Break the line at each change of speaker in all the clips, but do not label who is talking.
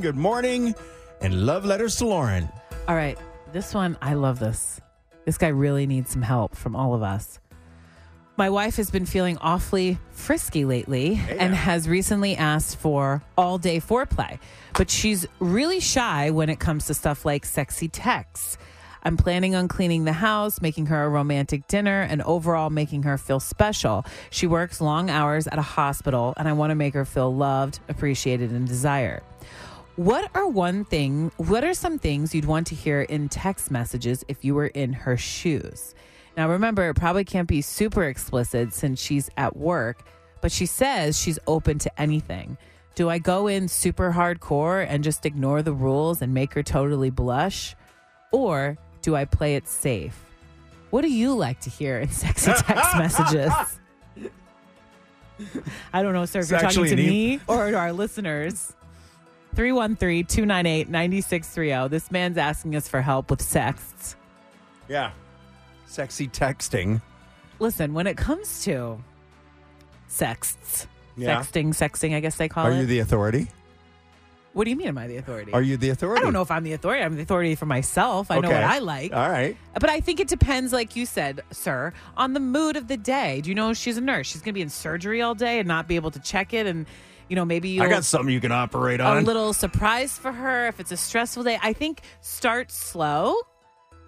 Good morning and love letters to Lauren.
All right. This one, I love this. This guy really needs some help from all of us. My wife has been feeling awfully frisky lately and has recently asked for all day foreplay, but she's really shy when it comes to stuff like sexy texts. I'm planning on cleaning the house, making her a romantic dinner, and overall making her feel special. She works long hours at a hospital, and I want to make her feel loved, appreciated, and desired. What are one thing, what are some things you'd want to hear in text messages if you were in her shoes? Now, remember, it probably can't be super explicit since she's at work, but she says she's open to anything. Do I go in super hardcore and just ignore the rules and make her totally blush? Or do I play it safe? What do you like to hear in sexy text messages? I don't know, sir, if
It's
you're talking
actually
to
an e-
me or to our listeners. 313 298 9630. oh. This man's asking us for help with sexts.
Yeah. Sexy texting.
Listen, when it comes to sexts,
Yeah.
sexting, sexting, I guess they call
Are
it.
you the authority?
what do you mean, am I the authority?
Are you the authority?
I don't know if I'm the authority. I'm the authority for myself. I know what
Okay. Uh,
I like.
All right.
But I think it depends, like you said, sir, on the mood of the day. Do you know she's a nurse? She's going to be in surgery all day and not be able to check it. And, you know, maybe you'll
I got something you can operate
a
on.
little surprise for her if it's a stressful day. I think start slow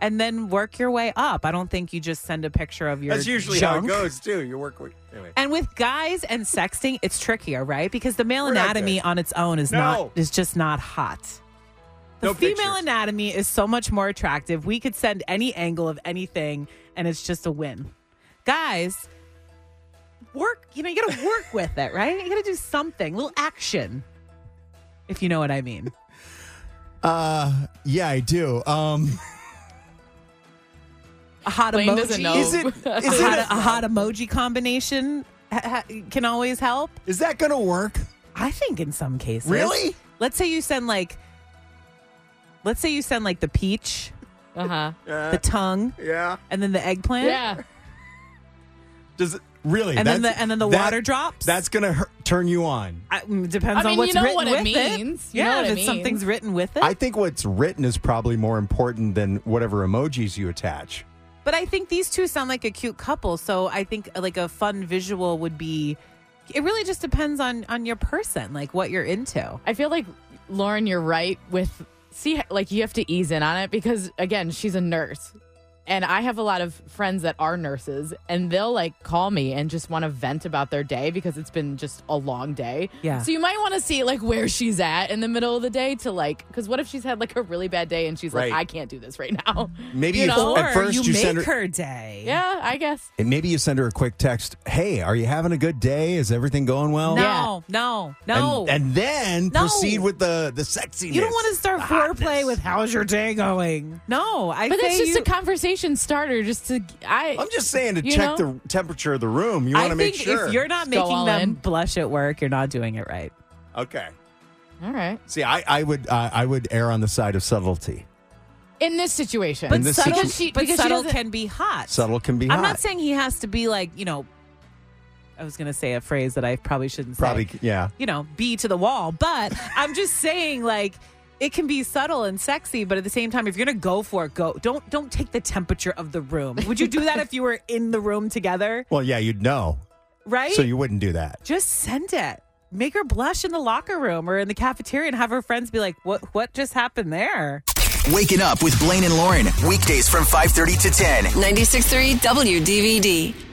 and then work your way up. I don't think you just send a picture of your
That's usually how
junk.
it goes, too. You work with. Anyway.
And with guys and sexting, it's trickier, right? Because the male
We're not
anatomy
there.
on its own is
No.
not is just not hot. The
No
female
pictures.
anatomy is so much more attractive. We could send any angle of anything and it's just a win. Guys, work, you know, you got to work with it, right? You got to do something, little action. If you know what I mean.
Uh, yeah, I do. Um,
A hot
Blaine
emoji.
doesn't know.
is it is
A
it
hot,
a-
a hot emoji combination ha- ha- can always help.
is that going to work?
I think in some cases.
Really?
Let's say you send like let's say you send like the peach,
Uh huh.
Uh,
the tongue,
yeah.
and then the eggplant.
Yeah.
Does it really?
And then
That's-
the and then the
that-
water drops.
That's going to turn you on.
I, mm, depends
I mean,
on what's
you know
written
what it
with
means.
it.
You know
yeah,
what
if
it
it's- something's
means.
written with it.
I think what's written is probably more important than whatever emojis you attach.
but I think these two sound like a cute couple, so I think uh, like a fun visual would be. It really just depends on on your person, like what you're into.
I feel like Lauren, you're right with see like you have to ease in on it because again, she's a nurse. And I have a lot of friends that are nurses and they'll like call me and just want to vent about their day because it's been just a long day.
Yeah.
So you might want to see like where she's at in the middle of the day to like cuz what if she's had like a really bad day and she's
Right.
like I can't do this right now.
Maybe
You
if-
know?
at
or
first
you,
you
make
send
her,
her-
day.
Yeah, I guess.
And maybe you send her a quick text. Hey, are you having a good day? Is everything going well?
No,
Yeah.
no, no.
And, and then
No.
proceed with the the sexiness.
You don't want to start
the
foreplay
hotness.
with how's your day going? No, I.
But
say
that's just
you,
a conversation starter just to I
I'm just saying to
You
check
know?
the temperature of the room. You
I
want to make
think
sure.
if you're not
Just go
making
all
them
in.
blush at work, you're not doing it right.
okay.
All right.
See, I, I would uh, I would err on the side of subtlety.
In this situation.
But In this subtle-
because she,
but
because she
subtle
doesn't-
can be hot.
Subtle can be
I'm
hot.
not saying he has to be like you know. I was going to say a phrase that I probably shouldn't say.
Probably, yeah.
You know, be to the wall. But I'm just saying like. It can be subtle and sexy, but at the same time, if you're gonna go for it, go. Don't don't take the temperature of the room. Would you do that if you were in the room together?
Well, yeah, you'd know,
Right?
so you wouldn't do that.
just send it. Make her blush in the locker room or in the cafeteria and have her friends be like, "What what just happened there?"
Waking up with Blaine and Lauren. Weekdays from 5:30 to 10.
963 WDVD.